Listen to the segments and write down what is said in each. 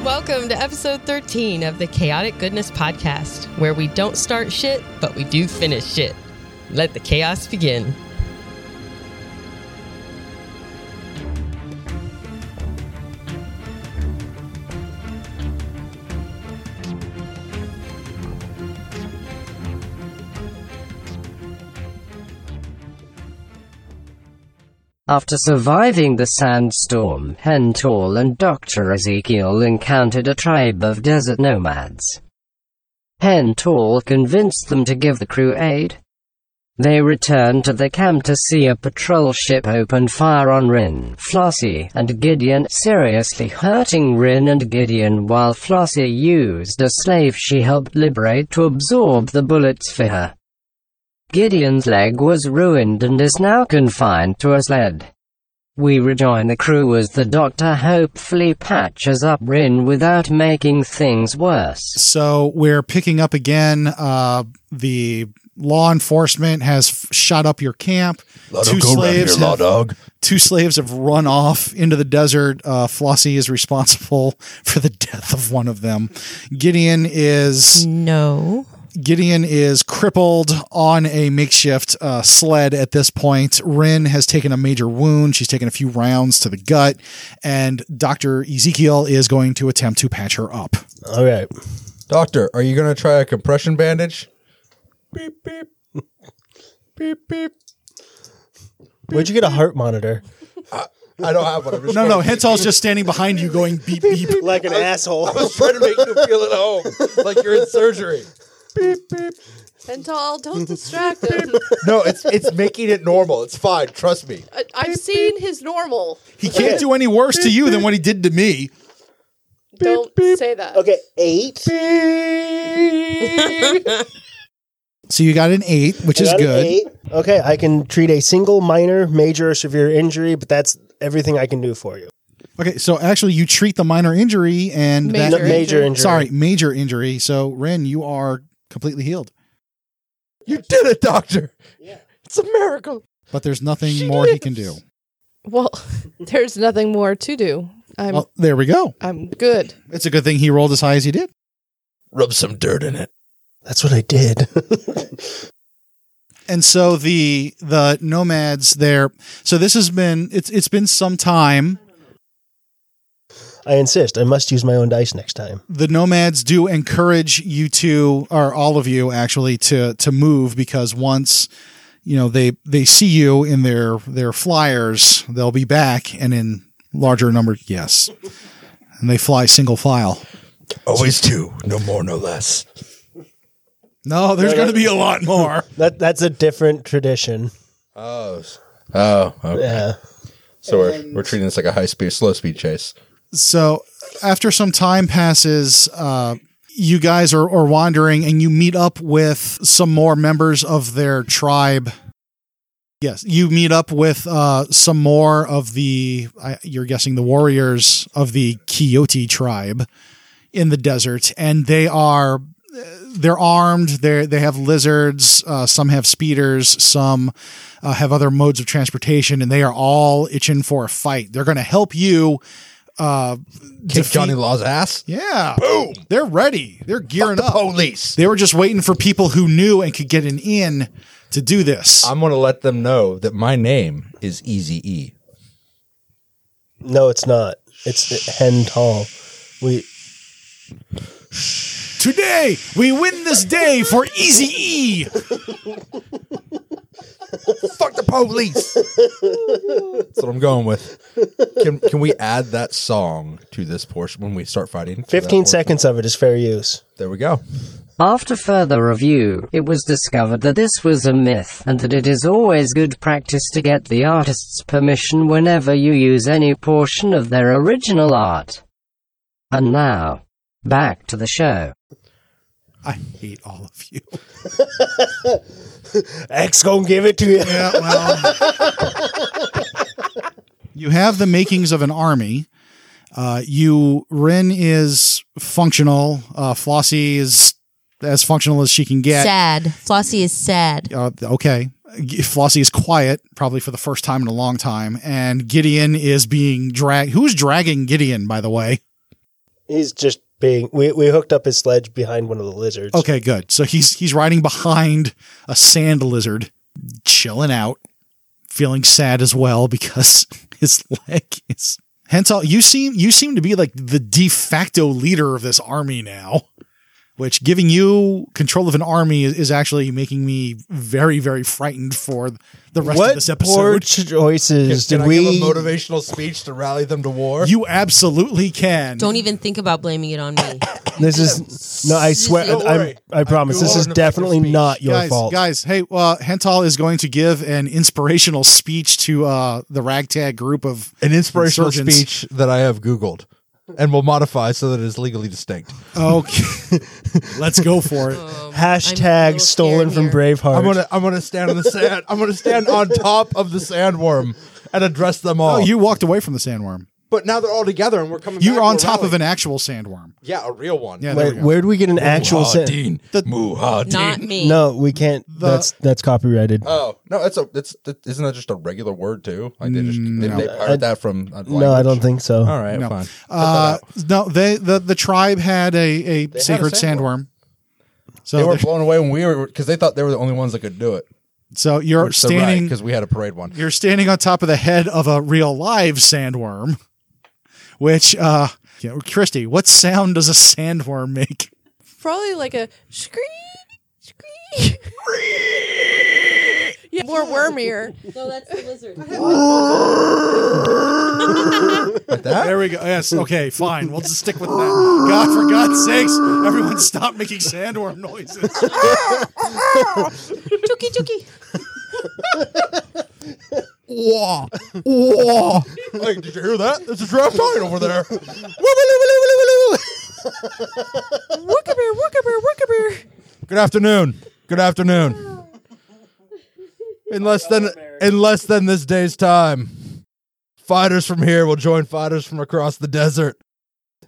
Welcome to episode 13 of the Chaotic Goodness Podcast, where we don't start shit, but we do finish shit. Let the chaos begin. After surviving the sandstorm, Hentor and Dr. Ezekiel encountered a tribe of desert nomads. Hentor convinced them to give the crew aid. They returned to the camp to see a patrol ship open fire on Rin, Flossie, and Gideon, seriously hurting Rin and Gideon while Flossie used a slave she helped liberate to absorb the bullets for her. Gideon's leg was ruined and is now confined to a sled. We rejoin the crew as the doctor hopefully patches up Rin without making things worse. So we're picking up again. Uh, the law enforcement has f- shot up your camp. Lotto, go around here, law have, dog. two slaves have run off into the desert. Uh, Flossie is responsible for the death of one of them. Gideon is No. Gideon is crippled on a makeshift uh, sled at this point. Rin has taken a major wound. She's taken a few rounds to the gut, and Doctor Ezekiel is going to attempt to patch her up. All right. Doctor, are you going to try a compression bandage? Beep, beep. beep, beep. Where'd you get a heart monitor? I don't have one. I'm just No, trying no, to- Hental's just standing behind you, going beep beep. Like an asshole. I was trying to make you feel at home, like you're in surgery. Pental, don't distract him. No, it's it's making it normal. It's fine. Trust me. I, I've seen his normal. He can't do any worse to you than what he did to me. Don't say that. Okay, eight. So you got an eight, which is Got an good. eight. Okay, I can treat a single minor, major, or severe injury, but that's everything I can do for you. Okay, so actually, you treat the minor injury and No, Major that Major, injury. injury. sorry major injury. So Ren, you are completely healed, You did it, Doctor. It's a miracle. but there's nothing more he can do. Well, there's nothing more to do. I'm Well, there we go. I'm good. It's a good thing he rolled as high as he did. Rub some dirt in it. That's what I did. and so the the nomads there so this has been it's it's been some time I insist. I must use my own dice next time. the nomads do encourage you two or all of you actually to to move because once you know they they see you in their their flyers they'll be back and in larger numbers yes and they fly single file Always two, no more, no less. no there's going to be a lot more That that's a different tradition. Oh, oh, okay. Yeah. So we're we're treating this like a high speed, slow speed chase. so after some time passes uh you guys are, are wandering and you meet up with some more members of their tribe yes you meet up with uh some more of the I, you're guessing the warriors of the Quixote tribe in the desert and they are they're armed they they have lizards uh, some have speeders some uh, have other modes of transportation and they are all itching for a fight they're going to help you uh Kick defeat- Johnny Law's ass. yeah. Boom. They're ready. They're gearing The up. police. They were just waiting for people who knew and could get an in to do this. I'm going to let them know that my name is Easy E. No, it's not. It's hen tall. We Today, we win this day for Easy E. Fuck the police. That's what I'm going with. Can can we add that song to this portion when we start fighting? fifteen That portion. seconds of it is fair use. There we go. After further review, it was discovered that this was a myth and that it is always good practice to get the artist's permission whenever you use any portion of their original art. And now, back to the show. I hate all of you. X gonna give it to you. Yeah, well. you have the makings of an army. Uh, you, Rin is functional. Uh, Flossie is as functional as she can get. Sad. Flossie is sad. uh, okay. G- Flossie is quiet, probably for the first time in a long time, and Gideon is being dragged. Who's dragging Gideon, by the way? He's just being. We, we hooked up his sledge behind one of the lizards. Okay, good. So he's he's riding behind a sand lizard, chilling out, feeling sad as well because his leg is. Hental, you seem you seem to be like the de facto leader of this army now, which giving you control of an army is, is actually making me very very frightened for the rest of What this poor episode. choices Can did I give we? a motivational speech to rally them to war? you absolutely can. Don't even think about blaming it on me. This is no. I swear. Don't I, worry. I promise. I do This all is an effective definitely speech. not your guys, fault. Guys, hey, uh, Hental is going to give an inspirational speech to uh, the ragtag group of An inspirational insurgents. speech that I have Googled and will modify so that it is legally distinct. Okay, let's go um, for it. Hashtag stolen from Braveheart. I'm gonna I'm gonna stand on the sand. I'm gonna stand on top of the sandworm and address them all. Oh, you walked away from the sandworm. but now they're all together and we're coming. You back were to on a top rally. of an actual sandworm. yeah, a real one. Yeah, there Wait, we go. where do we get an Oh, actual sen- Muhadin. The- Muhadin. Not me. No, we can't. that's that's copyrighted. Oh no, that's a that's that, isn't that just a regular word too? Like they just they, they Mm, I- pirated that from. a no, I language. don't think so. All right, No. fine. Uh, no, they the, the tribe had a, a a sacred sandworm. sandworm. So, They were they're- blown away when we were because they thought they were the only ones that could do it. so you're standing because we had a parade one. you're standing on top of the head of a real live sandworm, which uh, yeah, Christy, what sound does a sandworm make? Probably like a scree, scree. yeah, more wormier. No, that's the lizard. There we go. Yes. Okay. Fine. We'll just stick with that. God, for God's sakes, everyone, stop making sandworm noises. Chooky chooky. Wah, wah. hey, did you hear that? There's a draft giant over there. Woo, woo, woo, woo, woo, woo, Wookabeer, wookabeer, wookabeer. woo. Good afternoon. Good afternoon. In less than in less than this day's time, fighters from here will join fighters from across the desert,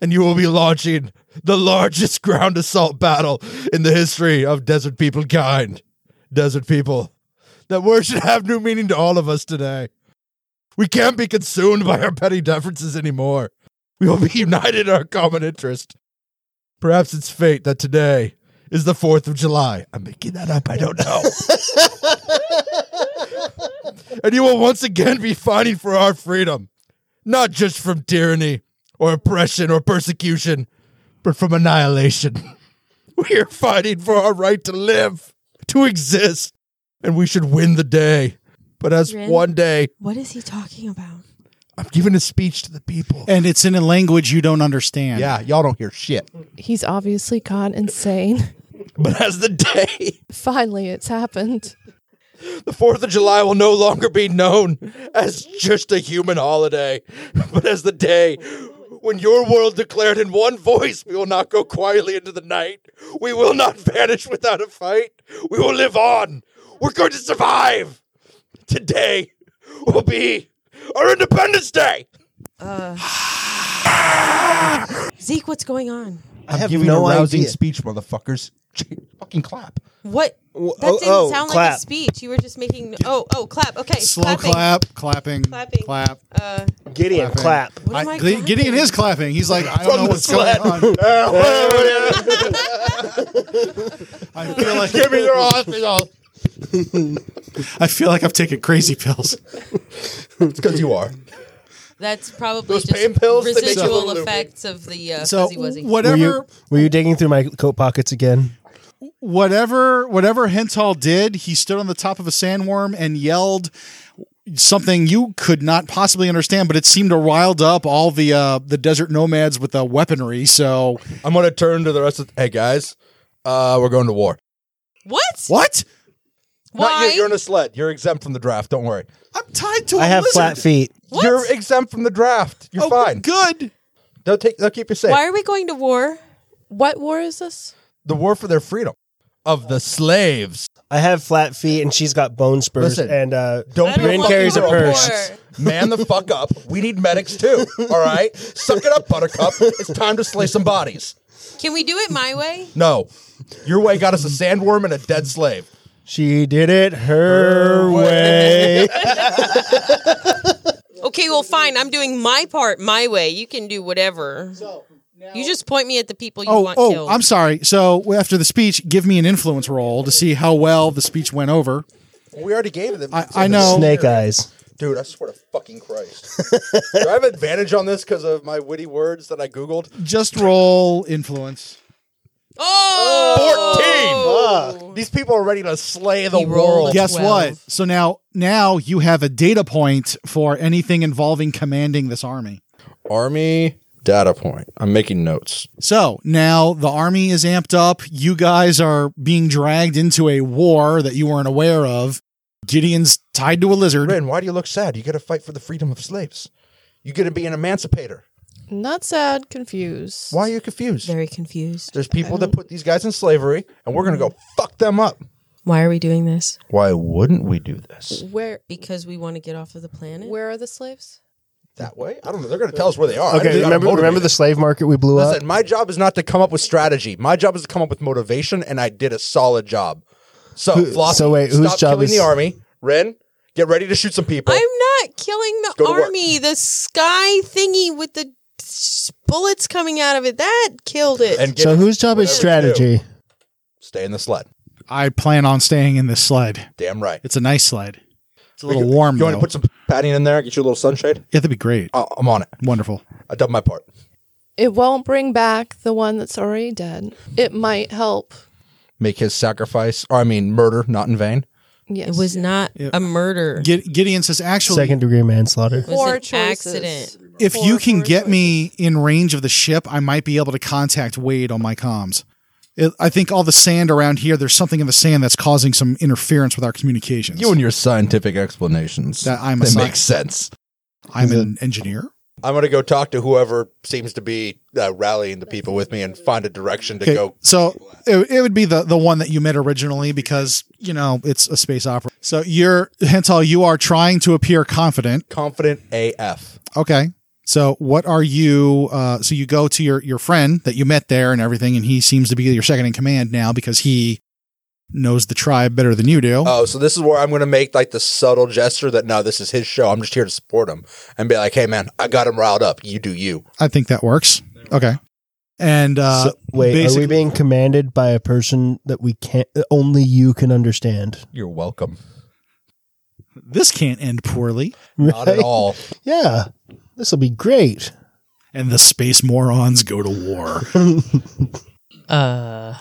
and you will be launching the largest ground assault battle in the history of desert people kind. Desert people, that word should have new meaning to all of us today. We can't be consumed by our petty differences anymore. We will be united in our common interest. Perhaps it's fate that today is the 4th of July. I'm making that up. I don't know. and you will once again be fighting for our freedom, not just from tyranny or oppression or persecution, but from annihilation. We are fighting for our right to live, to exist, and we should win the day. But as Rin? one day, What is he talking about? I'm giving a speech to the people. And it's in a language you don't understand. Yeah, y'all don't hear shit. He's obviously gone insane. But as the day, Finally, it's happened. the 4th of July will no longer be known as just a human holiday, but as the day when your world declared in one voice, we will not go quietly into the night. We will not vanish without a fight. We will live on. We're going to survive. Today will be our Independence Day. Zeke, what's going on? I have no idea. speech, motherfuckers. Fucking clap. What? W- That oh, didn't oh, sound like clap. a speech. You were just making. Oh, oh, clap. Okay. Slow clapping. clap, clapping, Clapping. clap. Uh, Gideon, clap. what am I, I- Gideon clapping? is clapping. He's like, I don't know what's going on. I feel like Give me your hospital. I feel like I've taken crazy pills. It's because you are. That's probably Those just pain pills that make you residual loop. effects of the uh, So fuzzy wuzzy. Were whatever, you were you digging through my coat pockets again? whatever, whatever Hental did, he stood on the top of a sandworm and yelled something you could not possibly understand, but it seemed to riled up all the uh, the desert nomads with the weaponry. So I'm gonna turn to the rest of. Hey guys, uh, we're going to war. What? what? Not you, Why? Uh, you're in a sled. You're exempt from the draft. Don't worry. I'm tied to a I have lizard. flat feet. What? You're exempt from the draft. You're Oh, fine. Good. They'll take. They'll keep you safe. Why are we going to war? What war is this? The war for their freedom of the slaves. I have flat feet, and she's got bone spurs. Listen. and uh, Don't Rin want carries you to a purse. war. man the fuck up. We need medics too. All right, suck it up, Buttercup. It's time to slay some bodies. Can we do it my way? No, your way got us a sandworm and a dead slave. She did it her way. Okay, well, fine. I'm doing my part my way. You can do whatever. You just point me at the people you Oh, want oh, killed. I'm sorry. So after the speech, give me an influence roll to see how well the speech went over. We already gave them. I, I know. Snake eyes. Dude, I swear to fucking Christ. Do I have advantage on this because of my witty words that I Googled? Just roll influence. oh, 14! These people are ready to slay the He rolled world. a- Guess 12. what? So now, now you have a data point for anything involving commanding this army. Army data point. I'm making notes. So now the army is amped up. You guys are being dragged into a war that you weren't aware of. Gideon's tied to a lizard. Rin, why do you look sad? You got to fight for the freedom of slaves. You got to be an emancipator. Not sad, confused. Why are you confused? Very confused. There's people that put these guys in slavery, and we're going to go fuck them up. Why are we doing this? Why wouldn't we do this? Where Because we want to get off of the planet. where are the slaves? That way? I don't know. They're going to tell us where they are. I just Okay, gotta remember, motivate remember them. the slave market we blew up? Listen, my job is not to come up with strategy. My job is to come up with motivation, and I did a solid job. So, Who- Flossy, so wait, whose stop job killing is- the army. Ren, get ready to shoot some people. I'm not killing the Go to work. army. The sky thingy with the s- bullets coming out of it that killed it. and get, So whose job is Whatever you do. strategy? stay in the sled. I plan on staying in this sled. Damn right. It's a nice sled. It's a little you, warm. You want though. to put some padding in there? Get you a little sunshade? yeah, that'd be great. Oh, I'm on it. Wonderful. I done my part. It won't bring back the one that's already dead. It might help. Make his sacrifice, or I mean, murder, not in vain. Yes. it was not a murder. Gid- Gideon says, actually, Second degree manslaughter. it was Poor an choices. accident. if you Four- can four get choices. me in range of the ship, I might be able to contact Wade on my comms. It, I think all the sand around here, there's something in the sand that's causing some interference with our communications. You and your scientific explanations. That I'm a that sci- makes sense. I'm an engineer. I'm going to go talk to whoever seems to be uh, rallying the people with me and find a direction to Okay, go. So it, it would be the, the one that you met originally because, you know, it's a space opera. So you're, Hental, you are trying to appear confident. Confident AF. Okay. So what are you, uh, so you go to your, your friend that you met there and everything, and he seems to be your second in command now because he knows the tribe better than you do. Oh, so this is where I'm going to make like the subtle gesture that no, this is his show. I'm just here to support him and be like, hey, man, I got him riled up. You do you. I think that works. Okay. And uh, So- wait, are basically- we being commanded by a person that we can't? that Only you can understand. You're welcome. this can't end poorly. Not at Right? all. Yeah, this will be great. And the space morons go to war. Uh,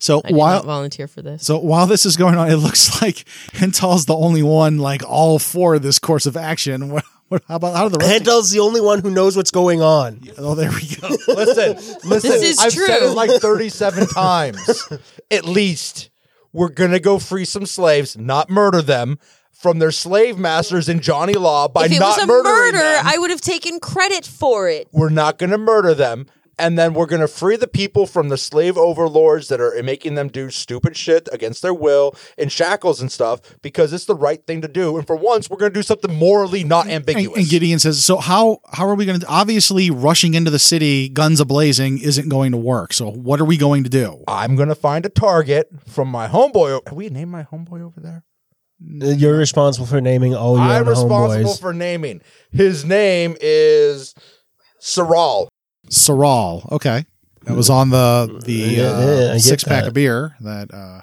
So I did not while volunteer for this. so while this is going on, it looks like Hental's the only one like all for this course of action. What, what, how about how do the rest? Handel's the only one who knows what's going on. Oh, there we go. Listen, listen. This is I've said true. it like 37 times. At least we're going to go free some slaves, not murder them from their slave masters in Johnny Law by if it not was a murdering murder, them. I would have taken credit for it. we're not going to murder them. And then we're going to free the people from the slave overlords that are making them do stupid shit against their will and shackles and stuff because it's the right thing to do. And for once, we're going to do something morally not And, e- ambiguous. and Gideon says, "So how how are we going to? Obviously, rushing into the city, guns ablazing, isn't going to work. So what are we going to do? I'm going to find a target from my homeboy. o- Have we named my homeboy over there? You're responsible for naming Oh, all your I'm own responsible homeboys. for naming. His name is Saral. Sorrel. Okay, that was on the the Yeah, uh, yeah, I get six pack that. of beer that." uh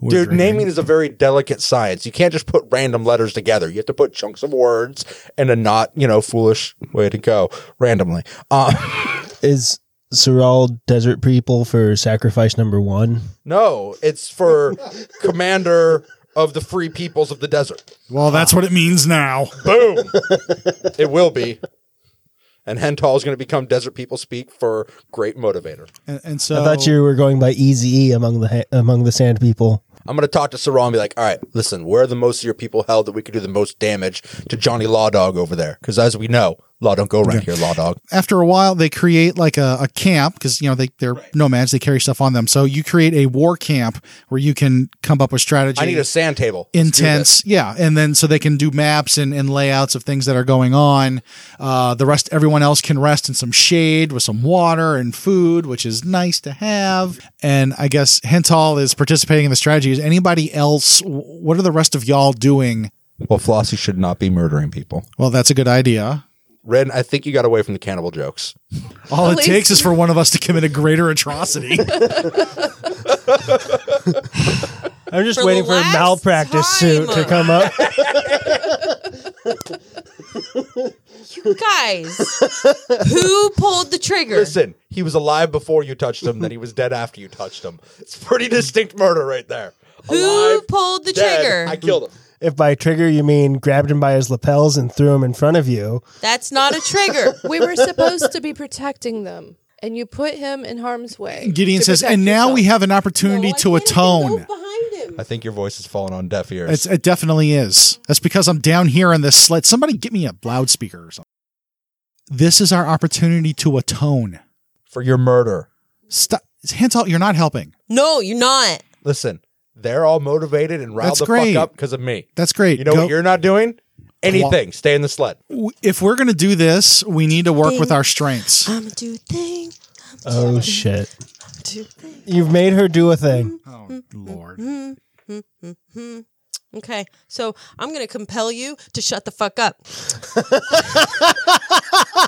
we're Dude, drinking. naming is a very delicate science. You can't just put random letters together. You have to put chunks of words and a not, you know, foolish way to go randomly. Um, Is Saral desert people for sacrifice number one? no, it's for commander of the free peoples of the desert. Well, that's what it means now. Boom. it will be. And Hental is going to become Desert People Speak for great motivator. And, and so I thought you were going by Easy E among the ha- among the sand people. I'm going to talk to Saral and be like, all right, listen, where are the most of your people held that we could do the most damage to Johnny Law Dog over there? Because as we know, Law don't go around here, Law Dog. after a while they create like a, a camp because you know they, they're nomads they carry stuff on them so you create a war camp where you can come up with strategy I need a sand table. Let's do this. intense yeah and then so they can do maps and, and layouts of things that are going on uh, the rest everyone else can rest in some shade with some water and food which is nice to have and i guess hental is participating in the strategy is anybody else wh- what are the rest of y'all doing Well, Flossie should not be murdering people. well that's a good idea Ren, I think you got away from the cannibal jokes. All it Please. takes is for one of us to commit a greater atrocity. I'm just For waiting the for a last malpractice time. suit to come up. Guys, who pulled the trigger? Listen, he was alive before you touched him, then he was dead after you touched him. It's pretty distinct murder right there. who pulled the dead, trigger? I killed him. If by trigger you mean grabbed him by his lapels and threw him in front of you, That's not a trigger. We were supposed to be protecting them, and you put him in harm's way. Gideon to says, protect and now yourself." we have an opportunity to atone. behind him. I think your voice has fallen on deaf ears. It's, it definitely is. That's because I'm down here in this slit. Somebody get me a loudspeaker or something. This is our opportunity to atone. for your murder. Stop. Hands out. You're not helping. No, you're not. Listen, they're all motivated and riled That's the great. fuck up because of me. That's great. You know Go- what you're not doing? Anything. Stay in the sled. w- if we're going to do this, we need to work with our strengths. Um, I'm gonna do a thing. oh shit! You've made her do a thing. Oh, Lord. Okay, so I'm gonna compel you to shut the fuck up.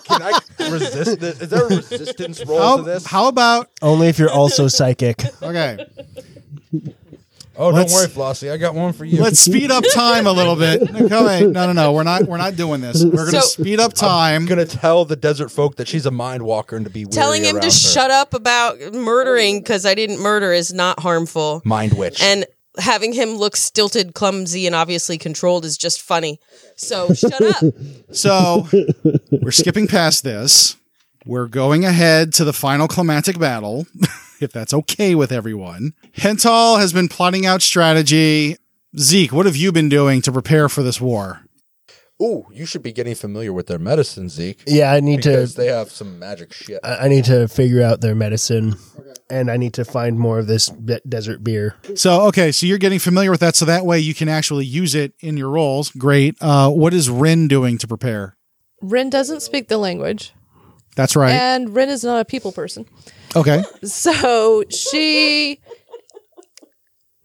Can I resist this? Is there a resistance roll to How, this? how about. Only if you're also psychic. Okay. Oh, Let's- don't worry, Flossie. I got one for you. Let's speed up time a little bit. No, wait, no, no, no. We're not. We're not doing this. We're going to So- speed up time. I'm gonna tell the desert folk that she's a mind walker and to be weary Telling him around to her. shut up about murdering because I didn't murder is not harmful. Mind witch. And having him look stilted, clumsy, and obviously controlled is just funny. So shut up. So we're skipping past this. We're going ahead to the final climactic battle, if that's okay with everyone. Hental has been plotting out strategy. Zeke, what have you been doing to prepare for this war? Ooh, you should be getting familiar with their medicine, Zeke. Yeah, I need to. Because they have some magic shit. Uh, I I need to figure out their medicine, and I need to find more of this be- desert beer. So, okay, so you're getting familiar with that, so that way you can actually use it in your roles. Great. Uh, what is Rin doing to prepare? Rin doesn't speak the language, That's right. and Rin is not a people person. Okay. So she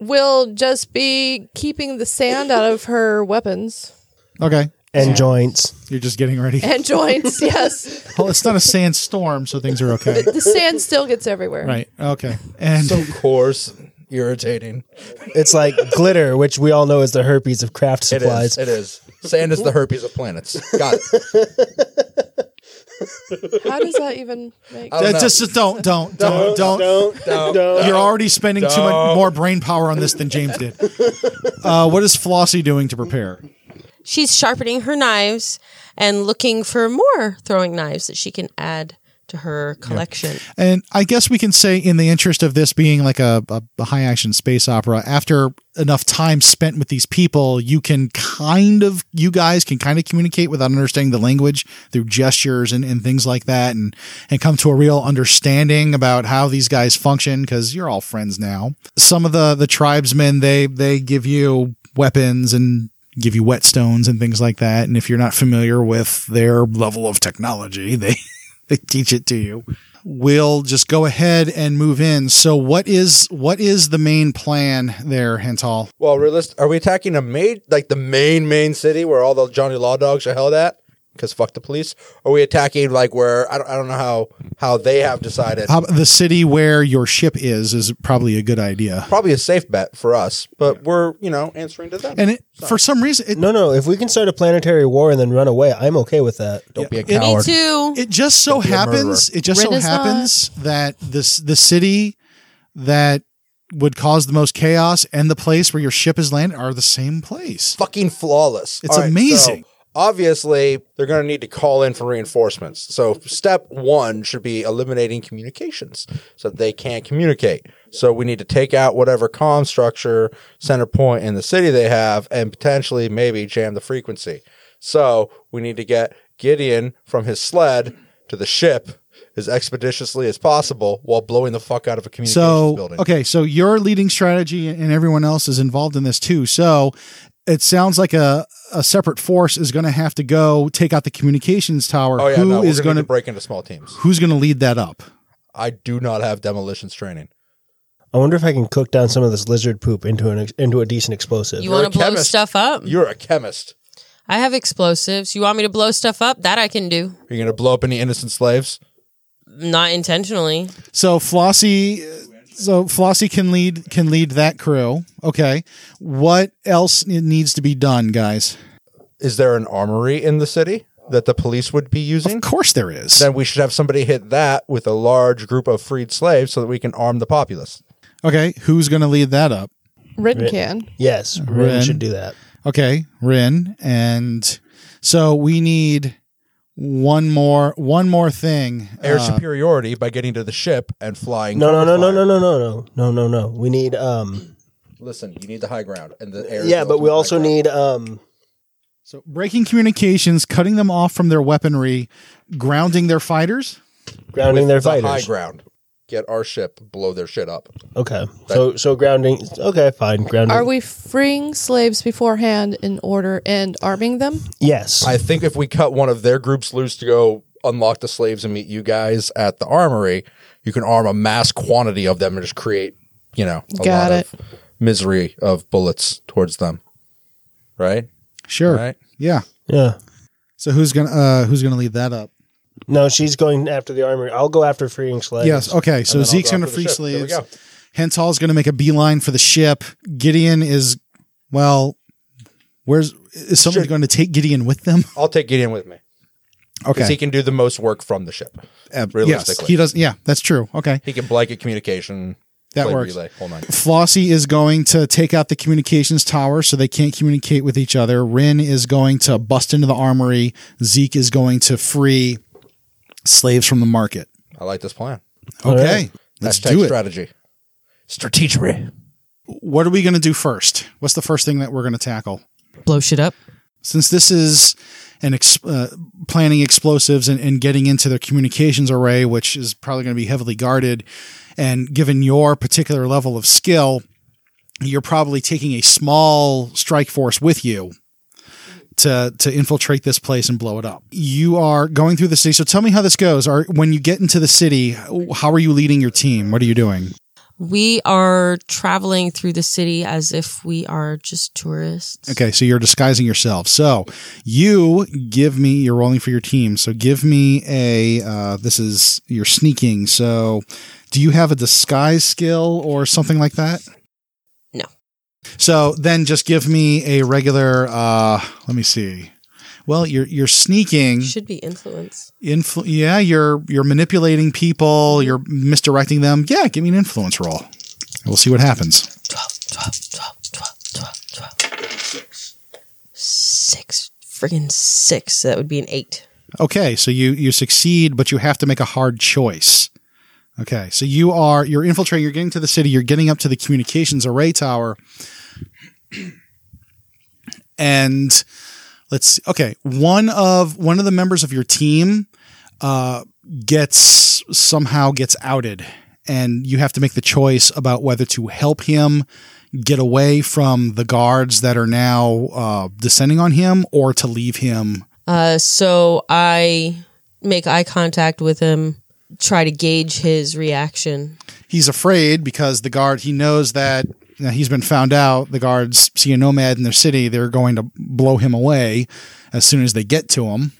will just be keeping the sand out of her weapons Okay. and joints. You're just getting ready. and joints. Yes. Well, it's not a sandstorm, so things are okay. The sand still gets everywhere. Right. Okay. And of course, irritating. It's like glitter, which we all know is the herpes of craft It is. supplies. It is. Sand is the herpes of planets. Got it. How does that even make don't Uh, know. just, just don't, don't, don't, don't, Don't. You're already spending too much more brain power on this than James did. Uh, what is Flossie doing to prepare? She's sharpening her knives and looking for more throwing knives that she can add to her collection. And I guess we can say, in the interest of this being like a, a, a high action space opera, after enough time spent with these people, you can kind of, you guys can kind of communicate without understanding the language through gestures and, and things like that and, and come to a real understanding about how these guys function because you're all friends now. Some of the, the tribesmen, they, they give you weapons and give you whetstones and things like that. And if you're not familiar with their level of technology, they, they teach it to you we'll just go ahead and move in. So what is what is the main plan there, Hental? Well, realist, are we attacking a main, like the main main city where all the Johnny Law dogs are held at? Because fuck the police. Are we attacking like where I don't, I don't know how how they have decided. How about the city where your ship is is probably a good idea. Probably a safe bet for us, but we're you know answering to them. And it, for some reason, it, No, no. If we can start a planetary war and then run away, I'm okay with that. don't be a it- coward. Two. it just so Don't be a happens it just so Rin is not- happens that this the city that would cause the most chaos and the place where your ship is landed are the same place. Fucking flawless. It's so amazing. obviously, they're going to need to call in for reinforcements. So step one should be eliminating communications, so that they can't communicate. So we need to take out whatever comm structure center point in the city they have, and potentially maybe jam the frequency. So we need to get Gideon from his sled to the ship as expeditiously as possible while blowing the fuck out of a communications so building. okay so your leading strategy and everyone else is involved in this too so it sounds like a a separate force is going to have to go take out the communications tower Oh yeah, Who no, we're is going going to to break into small teams. who's going to lead that up I do not have demolitions training. I wonder if I can cook down some of this lizard poop into an ex- into a decent explosive. You You're want a to blow chemist. stuff up? You're a chemist. I have explosives. You want me to blow stuff up? That I can do. Are you going to blow up any innocent slaves? Not intentionally. So Flossie, so Flossie can lead can lead that crew. Okay, what else needs to be done, guys? Is there an armory in the city that the police would be using? Of course there is. Then we should have somebody hit that with a large group of freed slaves so that we can arm the populace. Okay, who's going to lead that up? Rin can. Yes, Rin. Rin should do that. Okay, Rin, and so we need one more one more thing. Air Uh, superiority by getting to the ship and flying. No, no, cover no, no, fire. no, no, no, no, no, no, no. We need. um Listen, you need the high ground and the air. is Yeah, the but we ultimate also high ground. need. um so breaking communications, cutting them off from their weaponry, grounding their fighters. grounding their the high fighters. ground. Get our ship, blow their shit up. Okay, so so grounding. Okay, fine. Grounding. Are we freeing slaves beforehand in order and arming them? Yes. I think if we cut one of their groups loose to go unlock the slaves and meet you guys at the armory, you can arm a mass quantity of them and just create, you know, a Got lot it. of misery of bullets towards them. Right? Sure. Right. Yeah. yeah. So who's gonna uh, who's gonna lead that up? No, she's going after the armory. I'll go after freeing slaves. Yes. Okay. So then I'll Zeke's go going to after the free ship. There we slaves. go. Hental's going to make a beeline for the ship. Gideon is, well, where's is somebody Should- going to take Gideon with them? I'll take Gideon with me because he can do the most work from the ship. Uh, realistically. yes, he does. Yeah, that's true. Okay, He can blanket communication. That play works. Relay. Hold on. Flossie is going to take out the communications tower so they can't communicate with each other. Rin is going to bust into the armory. Zeke is going to free slaves from the market. I like this plan. All Okay, right. let's Hashtag do it. strategy. Strategery. What are we going to do first? What's the first thing that we're going to tackle? Blow shit up. since this is an ex- uh, planning explosives and, and getting into their communications array, which is probably going to be heavily guarded, and given your particular level of skill, you're probably taking a small strike force with you to to infiltrate this place and blow it up. You are going through the city. So tell me how this goes. Are when you get into the city, how are you leading your team? What are you doing? We are traveling through the city as if we are just tourists. Okay, so you're disguising yourself. So you give me you're rolling for your team. So give me a uh, this is you're sneaking. So do you have a disguise skill or something like that? No. So then just give me a regular. Uh, let me see. Well, you're you're sneaking. Should be influence. Influ- yeah, you're you're manipulating people. You're misdirecting them. Yeah, give me an influence roll. We'll see what happens. 12, 12, 12, 12, 12, 12. Six. Friggin' six. That would be an eight. Okay, so you you succeed, but you have to make a hard choice. Okay, so you are you're infiltrating. You're getting to the city. You're getting up to the communications array tower, and let's see. Okay, one of one of the members of your team uh, gets somehow gets outed, and you have to make the choice about whether to help him get away from the guards that are now uh, descending on him, or to leave him Uh, so I make eye contact with him, try to gauge his reaction. he's afraid because the guard he knows that you know, he's been found out the guards see a nomad in their city they're going to blow him away as soon as they get to him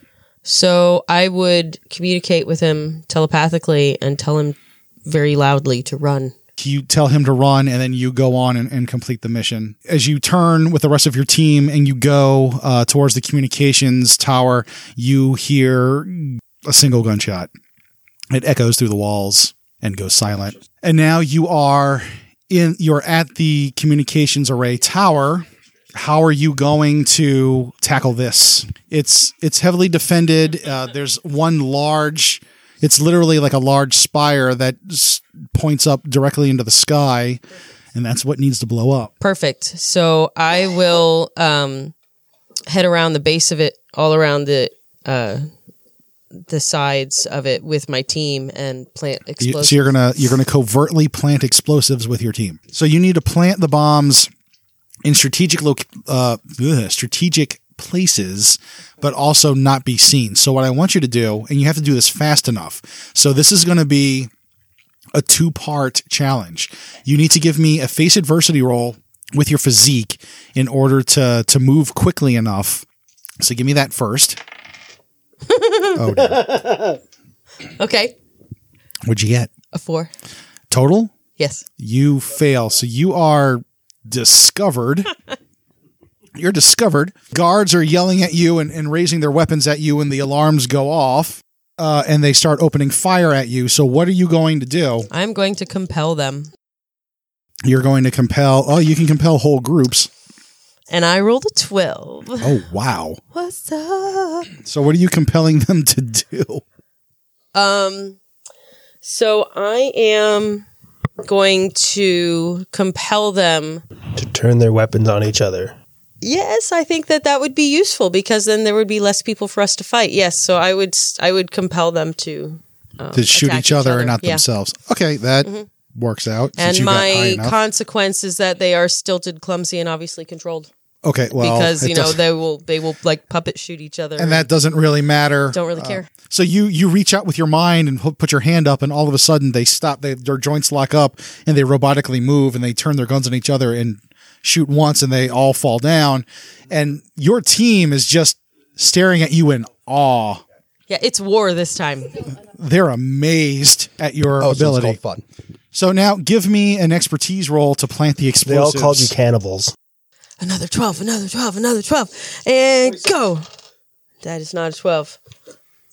So I would communicate with him telepathically and tell him very loudly to run. you tell him to run and then you go on and, and complete the mission as you turn with the rest of your team and you go uh, towards the communications tower you hear a single gunshot it echoes through the walls and goes silent and now you are in you're at the communications array tower how are you going to tackle this? It's it's heavily defended. Uh, there's one large. It's literally like a large spire that s- points up directly into the sky, and that's what needs to blow up. Perfect. So I will um, head around the base of it, all around the uh, the sides of it with my team and plant You- explosives. so you're gonna you're gonna covertly plant explosives with your team. So you need to plant the bombs in strategic loc uh, ugh, strategic places, but also not be seen. So what I want you to do, and you have to do this fast enough. So this is going to be a two part challenge. You need to give me a face adversity roll with your physique in order to to move quickly enough So give me that first. oh, dear. Okay. what'd you get? A four. Total? Yes. You fail. So you are discovered. You're discovered. Guards are yelling at you and, and raising their weapons at you, and the alarms go off uh, and they start opening fire at you. So, what are you going to do? I'm going to compel them. You're going to compel, oh, you can compel whole groups. And I rolled a 12. Oh, wow. What's up? So, what are you compelling them to do? Um, so I am going to compel them. to turn their weapons on each other. Yes, I think that that would be useful because then there would be less people for us to fight. Yes, so I would s- I would compel them to um, To shoot attack each other, and not Yeah. Mm-hmm. themselves. Okay, that works out. since And you got high my enough. consequence is that they are stilted, clumsy, and obviously controlled okay, well, because it you know doesn't- they will they will like puppet shoot each other. and that doesn't really matter. uh, don't really care. So you you reach out with your mind and pu- put your hand up, and all of a sudden they stop. They, their joints lock up, and they robotically move, and they turn their guns on each other and shoot once, and they all fall down. And your team is just staring at you in awe. Yeah, it's war this time. They're amazed at your Oh, so it's ability. called fun. So, now give me an expertise roll to plant the They explosives. all called you cannibals. Another 12, another 12, another 12. And go. That is not a 12.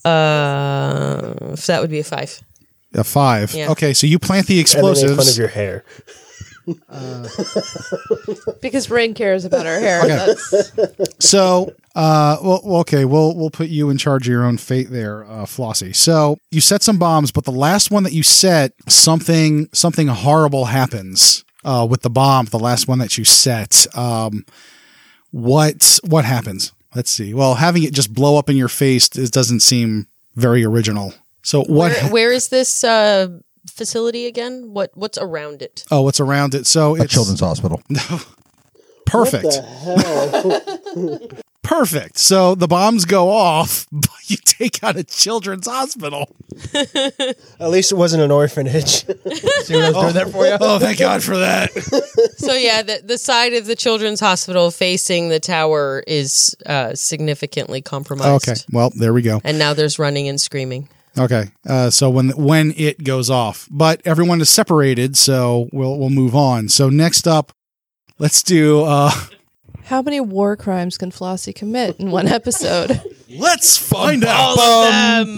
Uh, so that would be a 5. a five. Yeah. Okay, so you plant the And they made fun explosives. of your hair. Because Rain cares about her hair. That's So, uh, well, well, okay, we'll we'll put you in charge of your own fate there, uh, Flossie. So you set some bombs, but the last one that you set, something something horrible happens uh, with the bomb. The last one that you set, um, what what happens? Let's see. Well, having it just blow up in your face it doesn't seem very original. So what? Where, where is this uh, facility again? What What's around it? oh, what's around it? So A it's children's hospital. perfect. perfect. So the bombs go off, but you take out a children's hospital. At least it wasn't an See orphanage. what I was doing there for you? Oh, thank God for that. So, yeah, the, the side of the children's hospital facing the tower is uh, significantly compromised. Okay. Well, there we go. And now there's running and screaming. Okay. Uh, so when when it goes off, but everyone is separated, so we'll we'll move on. So next up, let's do uh How many war crimes can Flossie commit in one episode? let's find out. Um,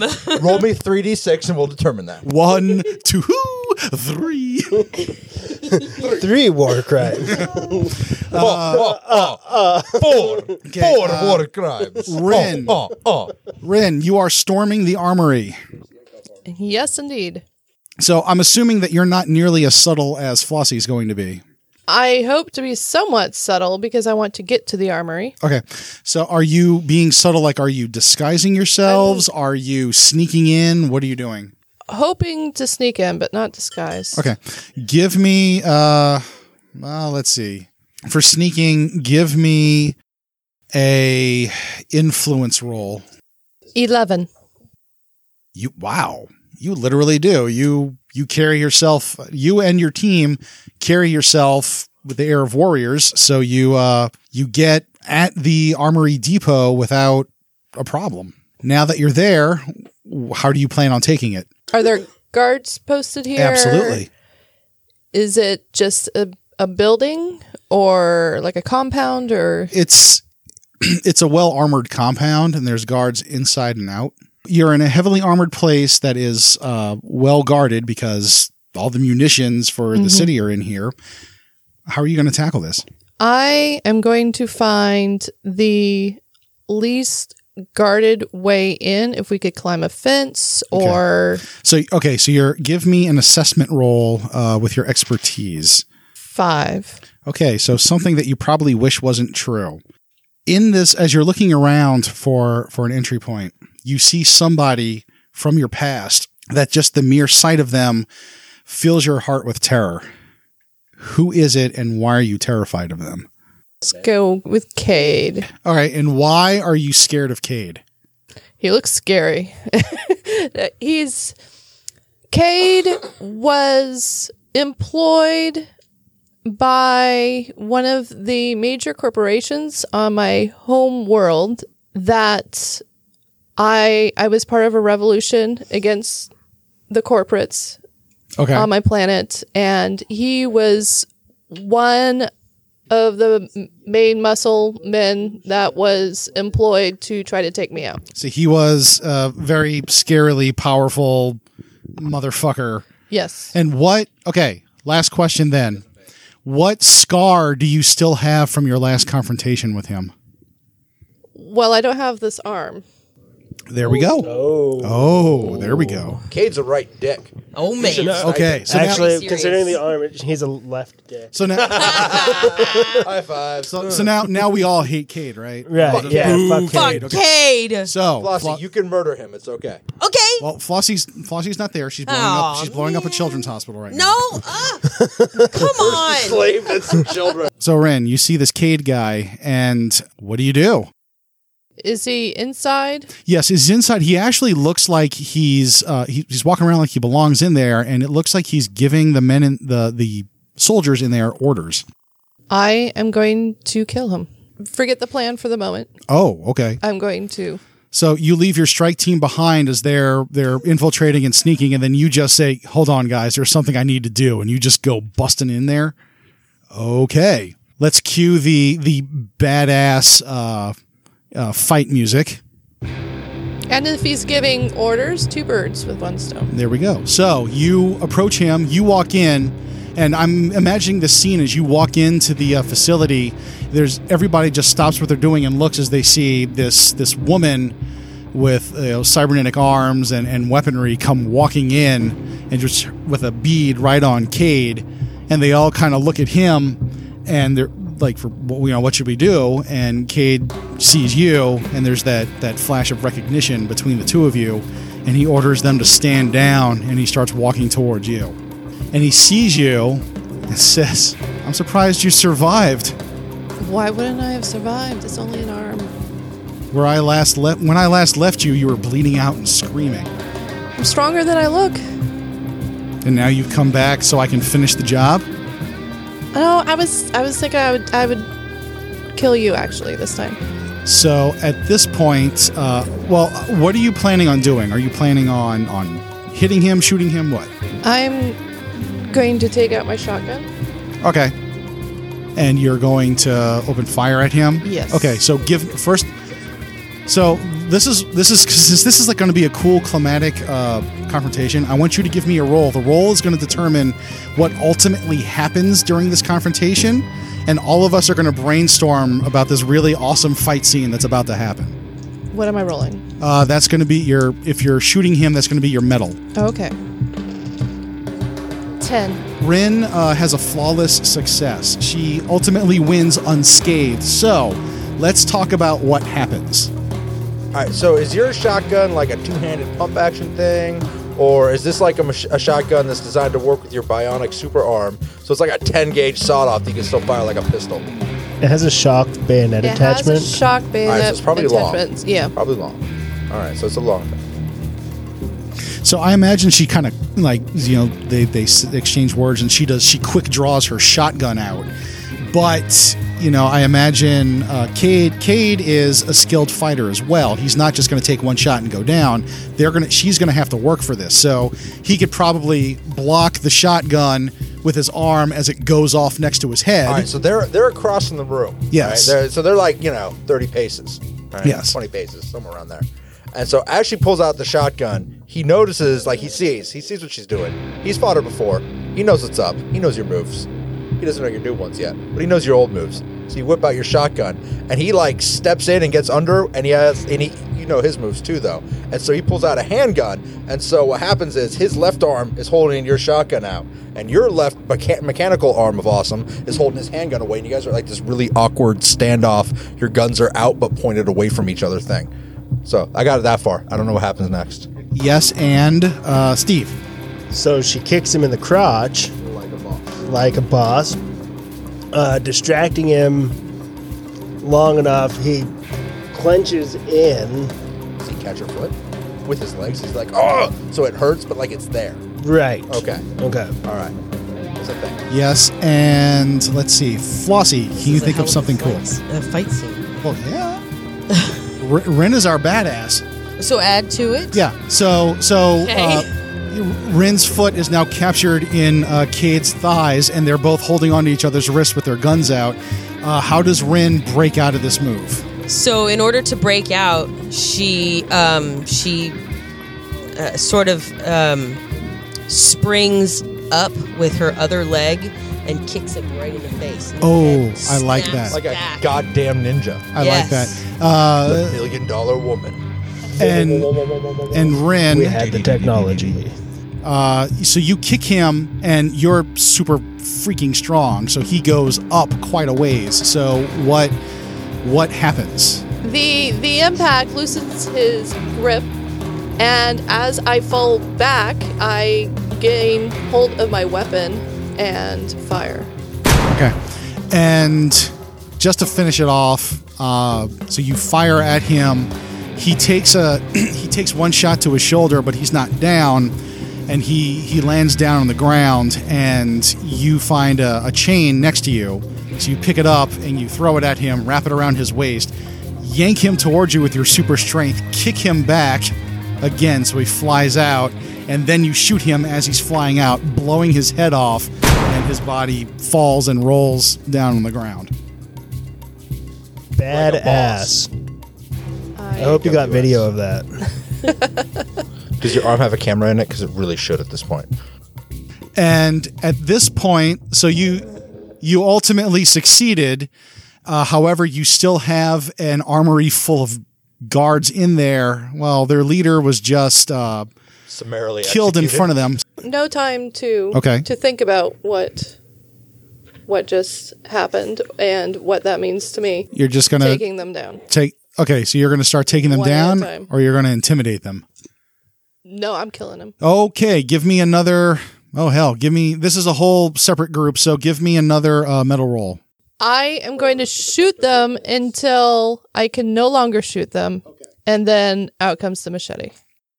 Roll me 3d6 and we'll determine that. One, two, three. Three war crimes. Uh, Oh, oh, oh. Four. Four war crimes. Ren. Oh, oh, oh. Rin, you are storming the armory. yes, indeed. So I'm assuming that you're not nearly as subtle as Flossie's going to be. I hope to be somewhat subtle because I want to get to the armory. Okay. So are you being subtle? Like, are you disguising yourselves? Are you sneaking in? What are you doing? Hoping to sneak in, but not disguise. Okay. Give me uh well, let's see. For sneaking, give me a influence roll. 11. You wow. You literally do. You you carry yourself you and your team carry yourself with the air of warriors, so you uh you get at the armory depot without a problem. Now that you're there, w- how do you plan on taking it? Are there guards posted here? Absolutely. Is it just a, a building or like a compound or it's it's a well armored compound and there's guards inside and out you're in a heavily armored place that is uh, well guarded because all the munitions for the city are in here how are you going to tackle this I am going to find the least guarded way in if we could climb a fence or so okay so you're give me an assessment roll uh, with your expertise five. Okay, so something that you probably wish wasn't true. In this, as you're looking around for for an entry point, you see somebody from your past that just the mere sight of them fills your heart with terror. Who is it, and why are you terrified of them? Let's go with Cade. All right, and why are you scared of Cade? He looks scary. He's Cade was employed by one of the major corporations on my home world that I I was part of a revolution against the corporates Okay. on my planet, and he was one of the m- main muscle men that was employed to try to take me out. so he was a very scarily powerful motherfucker. Yes. And what? Okay, last question then. What scar do you still have from your last confrontation with him? Well, I don't have this arm. There we go. Oh, there we go. Cade's a right dick. Oh man, Okay, so Actually, now, serious. considering the arm, it, he's a left dick. so now, High five. Mm. so, so now, now we all hate Cade, right? Right? yeah. Fuck fuck Cade. Cade. So, Flossie, Flo- you can murder him. It's okay. Okay, well, Flossie's Flossie's not there. She's blowing up. Aw, She's blowing up a man. children's hospital right now. no, ah, come on. Slave and some children. So, Ren, you see this Cade guy, and what do you do? Is he inside? Yes, is inside. He actually looks like he's uh, he, he's walking around like he belongs in there, and it looks like he's giving the men in the the soldiers in there orders. I am going to kill him. Forget the plan for the moment. Oh, okay. I'm going to. So you leave your strike team behind as they're they're infiltrating and sneaking, and then you just say, "Hold on, guys, there's something I need to do," and you just go busting in there. Okay, let's cue the the badass uh, uh, fight music. And if he's giving orders, two birds with one stone. There we go. So you approach him, you walk in, and I'm imagining the scene as you walk into the uh, facility. There's everybody just stops what they're doing and looks as they see this this woman with you know, cybernetic arms and, and weaponry come walking in and just with a bead right on Cade, and they all kind of look at him and they're like, for you know, what should we do? And Cade sees you, and there's that that flash of recognition between the two of you, and he orders them to stand down, and he starts walking towards you, and he sees you, and says, "I'm surprised you survived." Why wouldn't I have survived? It's only an arm. Where I last left, when I last left you, you were bleeding out and screaming, I'm stronger than I look. and now you've come back so I can finish the job. Oh, I was I was thinking I would I would kill you actually this time. So at this point, uh, well, what are you planning on doing? Are you planning on on hitting him, shooting him, what? I'm going to take out my shotgun. Okay. And you're going to open fire at him. Yes. Okay. So give first. So this is this is cause this is like going to be a cool climatic uh, confrontation. I want you to give me a roll. The roll is going to determine what ultimately happens during this confrontation, and all of us are going to brainstorm about this really awesome fight scene that's about to happen. What am I rolling? Uh, that's going to be your if you're shooting him, that's going to be your medal. Okay. Ten. Rin uh, has a flawless success. She ultimately wins unscathed. So, let's talk about what happens. All right. So is your shotgun like a two-handed pump action thing, or is this like a, mach- a shotgun that's designed to work with your bionic super arm? So it's like a 10-gauge sawed-off that you can still fire like a pistol. It has a shock bayonet It attachment. has a shock bayonet it's probably long. attachment. Yeah. Probably long. All right. So it's a long. So I imagine she kind of like you know they they s- exchange words and she does she quick draws her shotgun out, but you know I imagine uh, Cade Cade is a skilled fighter as well. He's not just going to take one shot and go down. They're gonna she's gonna have to work for this. So he could probably block the shotgun with his arm as it goes off next to his head. All right. So they're they're across from the room. Yes. right? They're- so they're like you know 30 paces. all right? Yes. 20 paces somewhere around there. And so as she pulls out the shotgun, he notices like he sees he sees what she's doing. He's fought her before. He knows what's up. He knows your moves. He doesn't know your new ones yet, but he knows your old moves. So you whip out your shotgun, and he like steps in and gets under, and he has, and he, you know his moves too though. And so he pulls out a handgun, and so what happens is his left arm is holding your shotgun out, and your left mecha- mechanical arm of awesome is holding his handgun away, and you guys are like this really awkward standoff. Your guns are out but pointed away from each other thing. So I got it that far. I don't know what happens next. Yes, and uh, Steve. So she kicks him in the crotch like a boss, uh, distracting him long enough. He clenches in. Does he catch her foot with his legs? He's like, oh, so it hurts, but like it's there. Right. Okay, Okay. all right. That's a thing. Yes, and let's see, Flossie. Can you think of something cool? A fight scene. Well, yeah. R- Rin is our badass. So add to it. Yeah. So so uh, Okay. Rin's foot is now captured in uh, Cade's thighs, and they're both holding onto each other's wrists with their guns out. Uh, how does Rin break out of this move? So in order to break out, she um, she uh, sort of um, springs up with her other leg and kicks him right in the face. And the Oh, head I like snaps that. Like a back. goddamn ninja. I Yes. like that. Uh, Million dollar woman. and and Rin. We had the technology. Uh, so you kick him, and you're super freaking strong. So he goes up quite a ways. So what what happens? The the impact loosens his grip, and as I fall back, I gain hold of my weapon and fire. Okay, and just to finish it off, uh, so you fire at him. He takes a he takes one shot to his shoulder, but he's not down, and he he lands down on the ground. And you find a, a chain next to you, so you pick it up and you throw it at him, wrap it around his waist, yank him towards you with your super strength, kick him back again, so he flies out, and then you shoot him as he's flying out, blowing his head off, and his body falls and rolls down on the ground. Badass. I hope you got video of that. Does your arm have a camera in it? Because it really should at this point. and at this point so you you ultimately succeeded uh, however you still have an armory full of guards in there well their leader was just uh, Summarily killed in front of them No time to Okay. to think about what what just happened and what that means to me. you're just gonna taking them down. take okay so you're gonna start taking them One at a down time. or you're gonna intimidate them No, I'm killing him. okay give me another oh hell give me this is a whole separate group so give me another uh, metal roll I am going to shoot them until I can no longer shoot them, and then out comes the machete.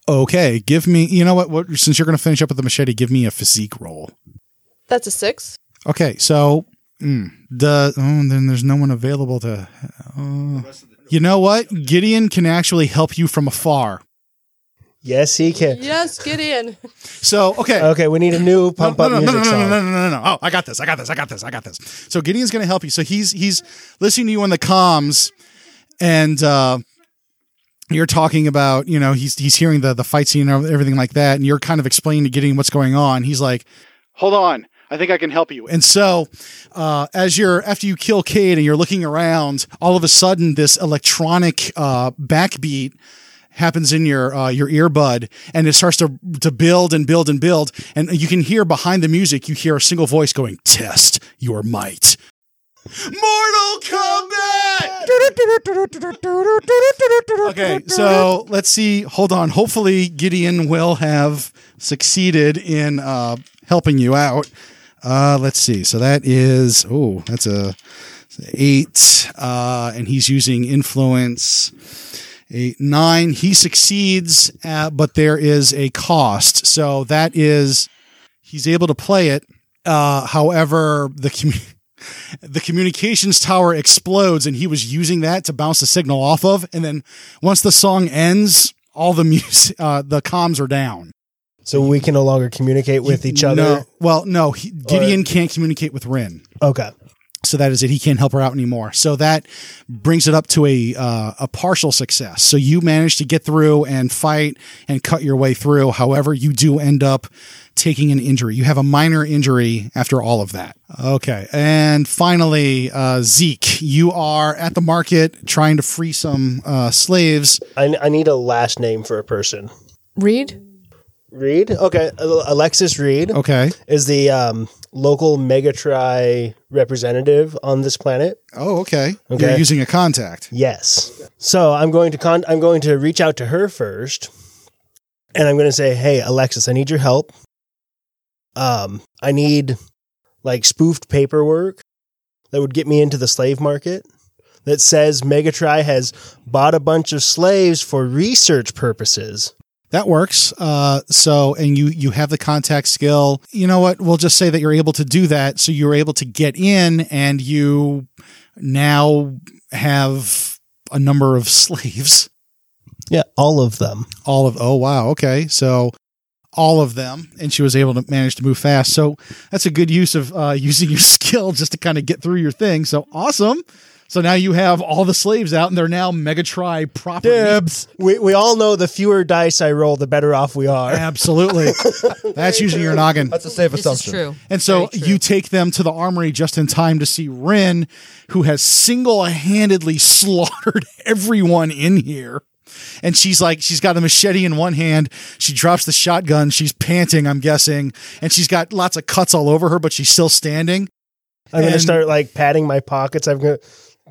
okay give me you know what, what since you're gonna finish up with the machete give me a physique roll That's a six. Okay, so mm, the oh, then there's no one available to. oh. you know what? Gideon can actually help you from afar. Yes, he can. Yes, get in. So okay. Okay, we need a new pump no, up no, no, music no, no, song. no, no, no, no, no. Oh, I got this. I got this. I got this. I got this. So Gideon's going to help you. So he's he's listening to you on the comms, and uh, you're talking about you know he's he's hearing the the fight scene and everything like that, and you're kind of explaining to Gideon what's going on. He's like, "Hold on, I think I can help you." And so, uh, as you're after you kill Cade and you're looking around, all of a sudden this electronic uh, backbeat happens in your uh, your earbud and it starts to to build and build and build and you can hear behind the music you hear a single voice going test your might mortal combat okay so let's see hold on hopefully gideon will have succeeded in uh, helping you out uh, let's see so that is oh that's a eight uh, and he's using influence eight, nine. He succeeds, uh, but there is a cost. So that is, he's able to play it. Uh, however, the commu- the communications tower explodes, and he was using that to bounce the signal off of. And then once the song ends, all the music, uh, the comms are down So we can no longer communicate with each No, other. well, no, he, Gideon can't communicate with Rin. Okay. So that is it. He can't help her out anymore. So that brings it up to a uh, a partial success. So you manage to get through and fight and cut your way through. However, you do end up taking an injury. You have a minor injury after all of that. Okay, and finally, uh, Zeke, you are at the market trying to free some uh, slaves. I, I need a last name for a person. Reed? Reed? Okay. Al- Alexis Reed Okay. is the um, local Megatri representative on this planet. Oh, okay. You're Okay. using a contact. Yes. So I'm going to con- I'm going to reach out to her first, and I'm going to say, "Hey, Alexis, I need your help. Um, I need like spoofed paperwork that would get me into the slave market that says Megatri has bought a bunch of slaves for research purposes." That works. Uh, so, and you you have the contact skill. You know what? We'll just say that you're able to do that. So you're able to get in, and you now have a number of slaves. Yeah, all of them. All of oh wow okay so all of them, and she was able to manage to move fast. So that's a good use of uh, using your skill just to kind of get through your thing. So awesome. So now you have all the slaves out, and they're now mega try property. Dibs. We, we all know the fewer dice I roll, the better off we are. Absolutely, that's usually your noggin. That's a safe This is assumption. true. And so Very true. you take them to the armory just in time to see Rin, who has single handedly slaughtered everyone in here. And she's like, she's got a machete in one hand. She drops the shotgun. She's panting, I'm guessing. And she's got lots of cuts all over her, but she's still standing. I'm going to And- start like patting my pockets. I'm going to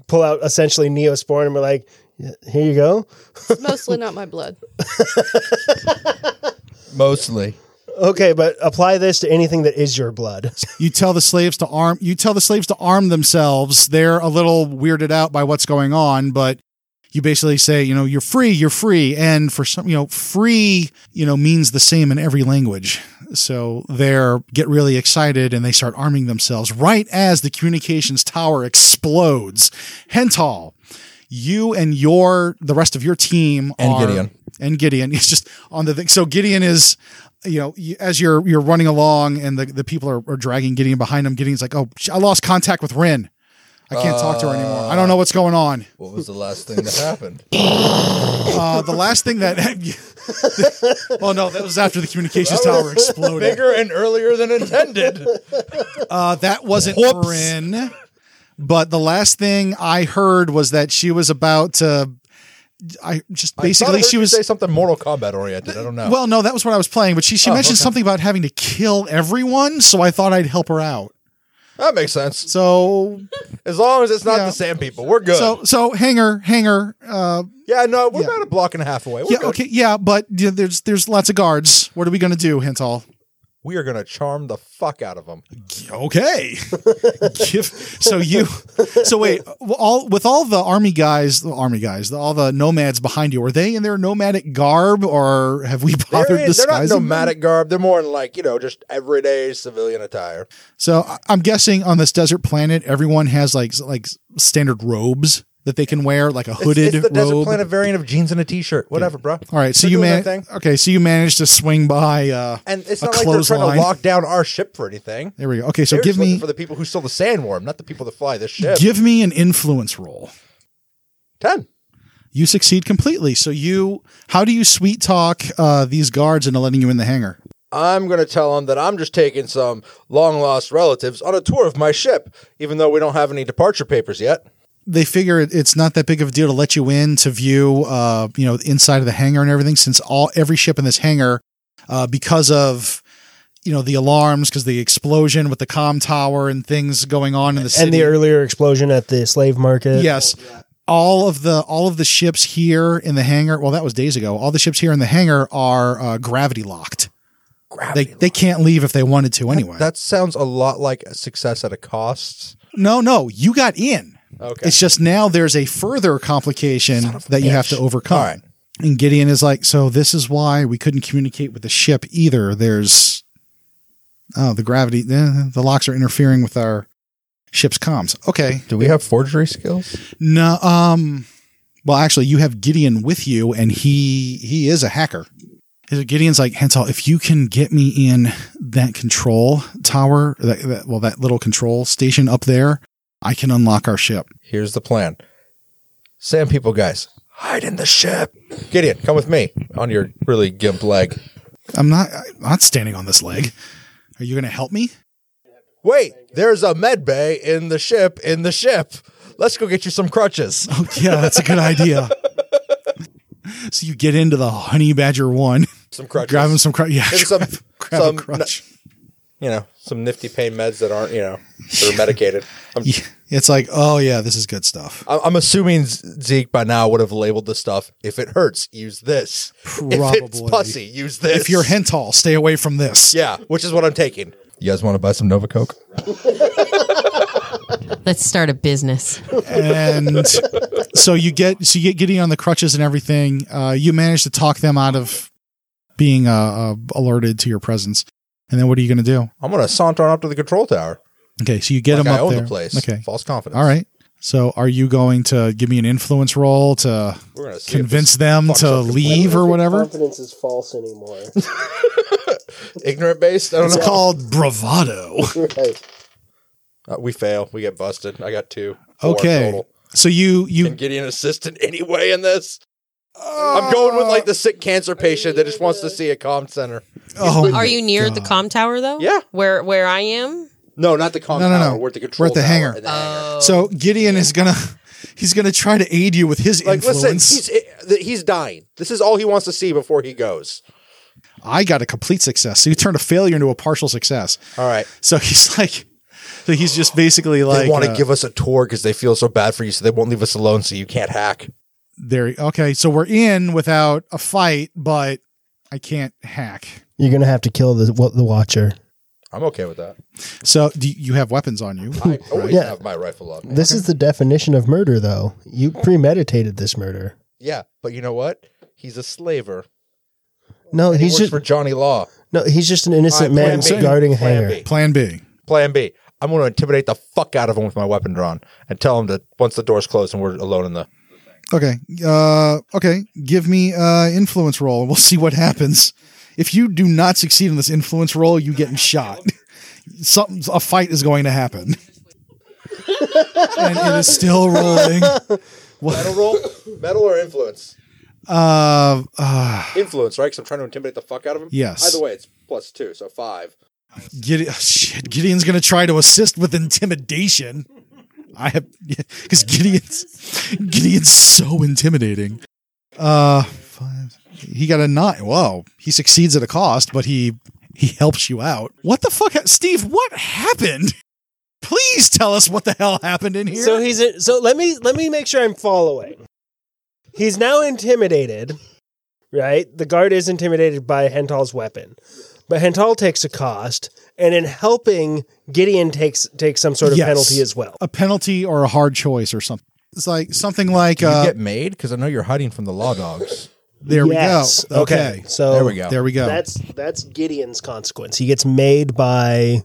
pull out essentially Neosporin and be like, "Yeah, here you go. Mostly not my blood. Mostly. Okay, but apply this to anything that is your blood. You tell the slaves to arm, you tell the slaves to arm themselves. They're a little weirded out by what's going on, but you basically say, you know, you're free, you're free. And for some, you know, free, you know, means the same in every language. So they're get really excited and they start arming themselves right as the communications tower explodes. Hental, you and your, the rest of your team And are- Gideon. and Gideon. It's just on the thing. So Gideon is, you know, you- as you're, you're running along and the, the people are, are dragging Gideon behind him. Gideon's like, Oh, sh- I lost contact with Rin. I can't talk to her anymore. I Uh, don't know what's going on. What was the last thing that happened? Uh, the last thing that. well, no, that was after the communications tower exploded. Bigger and earlier than intended. Uh, that wasn't Whoops. Rin, but the last thing I heard was that she was about to. I just basically she was. say something Mortal Kombat oriented. I don't know. Well, no, that was what I was playing, but she she Oh, mentioned okay. something about having to kill everyone, so I thought I'd help her out. that makes sense. So As long as it's not Yeah. the sand people, we're good. so so hanger hanger. Uh, yeah, no, we're Yeah. about a block and a half away. We're yeah, good. okay, yeah, but yeah, there's there's lots of guards. What are we gonna do, Hintal? We are gonna charm the fuck out of them. okay Give- so you so wait all with all the army guys the army guys the, all the nomads behind you are they in their nomadic garb or have we They're, bothered in- they're not disguising them? nomadic garb. They're more in like you know just everyday civilian attire. so I- i'm guessing on this desert planet everyone has like s- like s- standard robes that they can wear like a It's, hooded it's the desert robe planet variant of jeans and a t-shirt. Whatever, bro. all right so They're you doing man their thing. okay so you managed to swing by uh And it's a not like they're trying clothesline. to lock down our ship for anything. there we go okay so They're give just looking me for the people who stole the sandworm, not the people that fly this ship. give me an influence roll Ten. you succeed completely. So you, how do you sweet talk uh, these guards into letting you in the hangar? I'm going to tell them that I'm just taking some long lost relatives on a tour of my ship, even though we don't have any departure papers yet. They figure it- it's not that big of a deal to let you in to view, uh, you know, the inside of the hangar and everything, since all every ship in this hangar, uh, because of you know the alarms, because the explosion with the comm tower and things going on in the city, and the earlier explosion at the slave market. yes all of the all of the ships here in the hangar well that was days ago all the ships here in the hangar are uh, gravity locked Gravity they they can't leave if they wanted to anyway That sounds a lot like a success at a cost. no no you got in Okay. It's just now there's a further complication that you have to overcome. All right. And Gideon is like, so this is why we couldn't communicate with the ship either. There's oh the gravity, eh, the locks are interfering with our ship's comms. Okay, Do we have forgery skills? no, um, well actually you have Gideon with you, and he he is a hacker. And Gideon's like Hental, if you can get me in that control tower, that, that well that little control station up there, I can unlock our ship. Here's the plan. Sand people, guys, hide in the ship. Gideon, come with me on your really gimp leg. I'm not I'm not standing on this leg. Are you going to help me? Wait, there's a med bay in the ship, in the ship. Let's go get you some crutches. Oh yeah, that's a good idea. so you get into the honey badger one, Some crutches. grab him some crutch. Yeah, And some- grab, grab some- a crutch. you know, some nifty pain meds that aren't, you know, that are medicated. I'm Yeah, it's like, oh yeah, this is good stuff. I- I'm assuming Z- Zeke by now would have labeled the stuff. If it hurts, use this. If it's Probably. pussy, use this. If you're hental, stay away from this. yeah, which is what I'm taking. You guys want to buy some Nova Coke? Let's start a business. And so you get so you get Gideon on the crutches and everything. Uh, you manage to talk them out of being uh, uh, alerted to your presence. And then what are you going to do? I'm gonna saunter on up to the control tower. Okay, so you get like him I up own there. the place. Okay, false confidence. all right. So are you going to give me an influence role to We're gonna see if convince them fucks to up the leave or whatever? Confidence is false anymore. this- ignorant based. I don't It's know. called bravado. right. Uh, we fail. We get busted. I got two. Four Okay. total. So you Can you Giddy an assistant anyway in this? Uh, I'm going with like the sick cancer patient that just wants to see a comm center. oh Are you near the com tower though? Yeah. Where where I am? Oh, No, not the comm No, no, tower. no. We're at the control. We're at the tower hangar. and the hangar. So Gideon is gonna he's gonna try to aid you with his Like, influence. listen, he's eh, th- he's dying. This is all he wants to see before he goes. I got a complete success. So you turned a failure into a partial success. All right. So he's like, so he's just basically like, they want to uh, give us a tour because they feel so bad for you, so they won't leave us alone. So you can't hack. there. Okay, so we're in without a fight, but I can't hack. You're gonna have to kill the wa- the watcher. I'm okay with that. So do you you have weapons on you? I always Yeah. have my rifle on. me. This is the definition of murder, though. You premeditated this murder. Yeah, but you know what? He's a slaver. No, He he's works just for Johnny Law. no, he's just an innocent All right, man plan B. guarding a Plan hangar. B. Plan B. Plan B. I'm going to intimidate the fuck out of him with my weapon drawn and tell him that once the door's closed and we're alone in the. Okay. Uh, okay. Give me uh influence roll, and we'll see what happens. If you do not succeed in this influence roll, you getting shot. Something a fight is going to happen. and it is still rolling. Metal roll? Metal or influence? Uh, uh Influence, right? Because I'm trying to intimidate the fuck out of him. Yes. Either way, it's plus two, so five. Gide- oh, shit, Gideon's going to try to assist with intimidation. I have because Gideon's Gideon's so intimidating. Uh, five. He got a nine. Whoa, he succeeds at a cost, but he he helps you out. What the fuck, ha- Steve? What happened? Please tell us what the hell happened in here. So he's in, so let me let me make sure I'm following. He's now intimidated, right? The guard is intimidated by Hental's weapon, but Hental takes a cost, and in helping, Gideon takes takes some sort of Yes. penalty as well. a penalty or a hard choice or something. It's like something like uh, made? Because I know you're hiding from the law dogs. there Yes. we go. Okay. Okay, So There we go. there we go. That's that's Gideon's consequence. He gets made by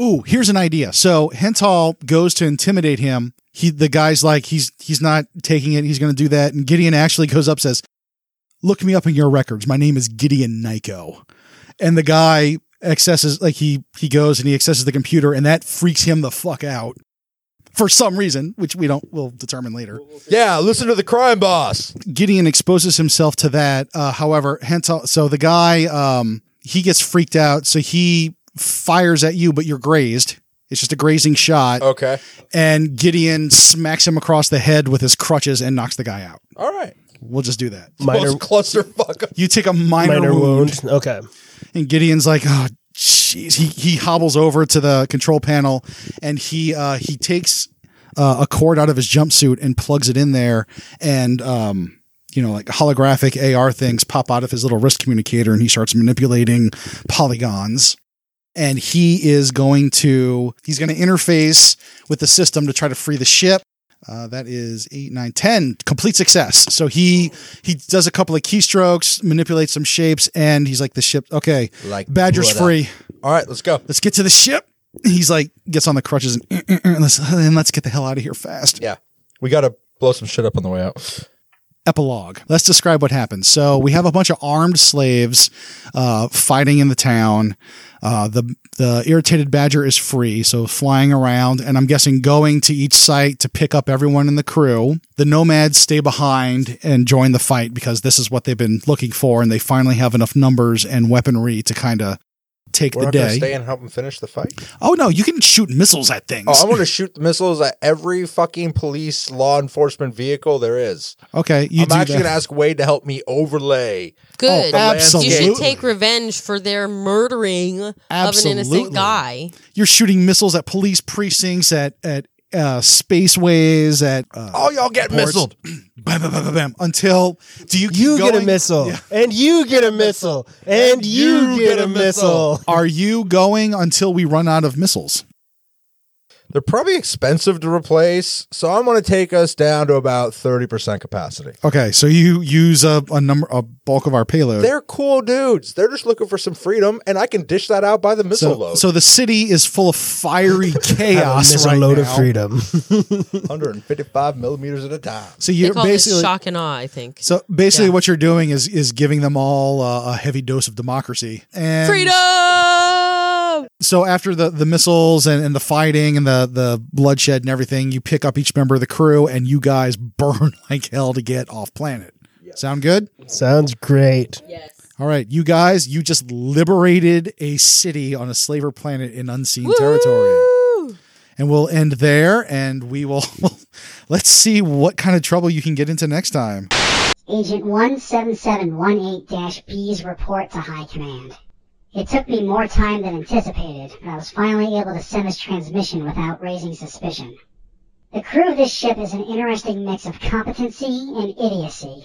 Ooh, here's an idea. So Hental goes to intimidate him. He the guy's like he's he's not taking it. He's going to do that. And Gideon actually goes up says, "Look me up in your records. My name is Gideon Nyko." And the guy accesses like he he goes and he accesses the computer and that freaks him the fuck out for some reason, which we don't we'll determine later. yeah, listen to the crime boss. Gideon exposes himself to that. Uh, however, Hental, so the guy, um, he gets freaked out. So he fires at you, but you're grazed. It's just a grazing shot. Okay. And Gideon smacks him across the head with his crutches and knocks the guy out. All right. We'll just do that. minor Most clusterfuck. You take a minor, minor wound, wound. Okay. and Gideon's like, oh, jeez. He, he hobbles over to the control panel and he, uh, he takes uh, a cord out of his jumpsuit and plugs it in there. And, um, you know, like holographic AR things pop out of his little wrist communicator and he starts manipulating polygons. And he is going to, he's going to interface with the system to try to free the ship. Uh, that is eight, nine, ten. Complete success. So he he does a couple of keystrokes, manipulates some shapes, and he's like, "The ship, okay, Like Badger's blood up. free. All right, let's go. Let's get to the ship." He's like, gets on the crutches and, "Eh, eh, eh, let's and let's get the hell out of here fast. Yeah. We got to blow some shit up on the way out. epilogue. Let's describe what happens. So we have a bunch of armed slaves uh, fighting in the town. Uh, the the irritated badger is free, so flying around, and I'm guessing going to each site to pick up everyone in the crew. The nomads stay behind and join the fight because this is what they've been looking for, and they finally have enough numbers and weaponry to kind of take We're the not going to day. stay and help him finish the fight. oh no, you can shoot missiles at things. Oh, I'm going to shoot missiles at every fucking police law enforcement vehicle there is. okay, you I'm do actually that. going to ask Wade to help me overlay. Good. Oh, you should absolutely. take revenge for their murdering of an Absolutely. innocent guy. You're shooting missiles at police precincts, at at uh, spaceways, at uh, Oh, y'all get missiled. bam, bam, bam, bam, bam, until do you keep You get going? a missile, Yeah. and you get a missile, and you, get, a missile. Are you going until we run out of missiles? They're probably expensive to replace, so I'm going to take us down to about 30% capacity. Okay, so you use a, a number a bulk of our payload. They're cool dudes. They're just looking for some freedom, and I can dish that out by the missile so, load. so the city is full of fiery chaos Miss right a load now. of freedom. 155 millimeters at a time. So They you're call this basically shock and awe, I think. so basically Yeah. what you're doing is is giving them all uh, a heavy dose of democracy and Freedom! so after the the missiles and, and the fighting and the the bloodshed and everything, you pick up each member of the crew and you guys burn like hell to get off planet. Sound good? Sounds great. All right, you guys, you just liberated a city on a slaver planet in unseen territory. And we'll end there and we will let's see what kind of trouble you can get into next time. Agent 17718-B's report to High Command. It took me more time than anticipated, but I was finally able to send this transmission without raising suspicion. The crew of this ship is an interesting mix of competency and idiocy.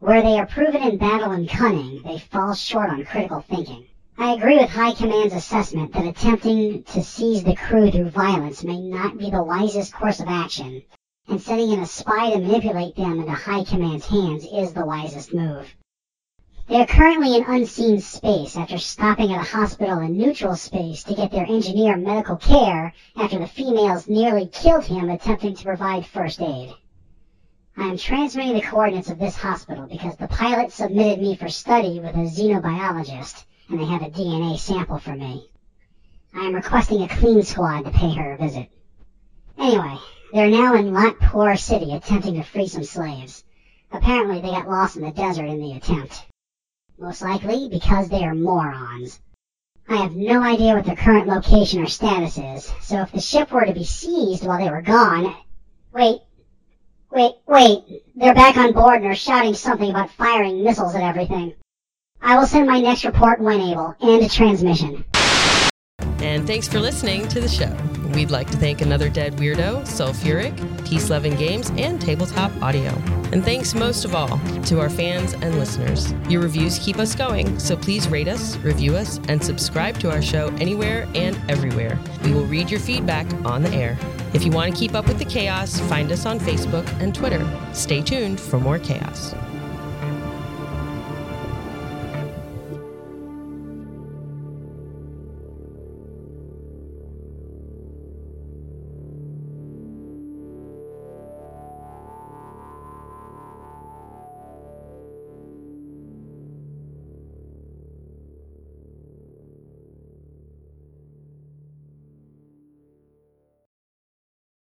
Where they are proven in battle and cunning, they fall short on critical thinking. I agree with High Command's assessment that attempting to seize the crew through violence may not be the wisest course of action, and sending in a spy to manipulate them into High Command's hands is the wisest move. They are currently in unseen space after stopping at a hospital in neutral space to get their engineer medical care after the females nearly killed him attempting to provide first aid. I am transmitting the coordinates of this hospital because the pilot submitted me for study with a xenobiologist and they have a DNA sample for me. I am requesting a clean squad to pay her a visit. Anyway, they're now in Lockport City attempting to free some slaves. Apparently, they got lost in the desert in the attempt. Most likely because they are morons. I have no idea what their current location or status is, so if the ship were to be seized while they were gone. Wait. Wait, wait. They're back on board and are shouting something about firing missiles at everything. I will send my next report when able. End transmission. And thanks for listening to the show. We'd like to thank Another Dead Weirdo, Sulfuric, Peace Loving Games, and Tabletop Audio. And thanks most of all to our fans and listeners. Your reviews keep us going, so please rate us, review us, and subscribe to our show anywhere and everywhere. We will read your feedback on the air. If you want to keep up with the chaos, find us on Facebook and Twitter. Stay tuned for more chaos.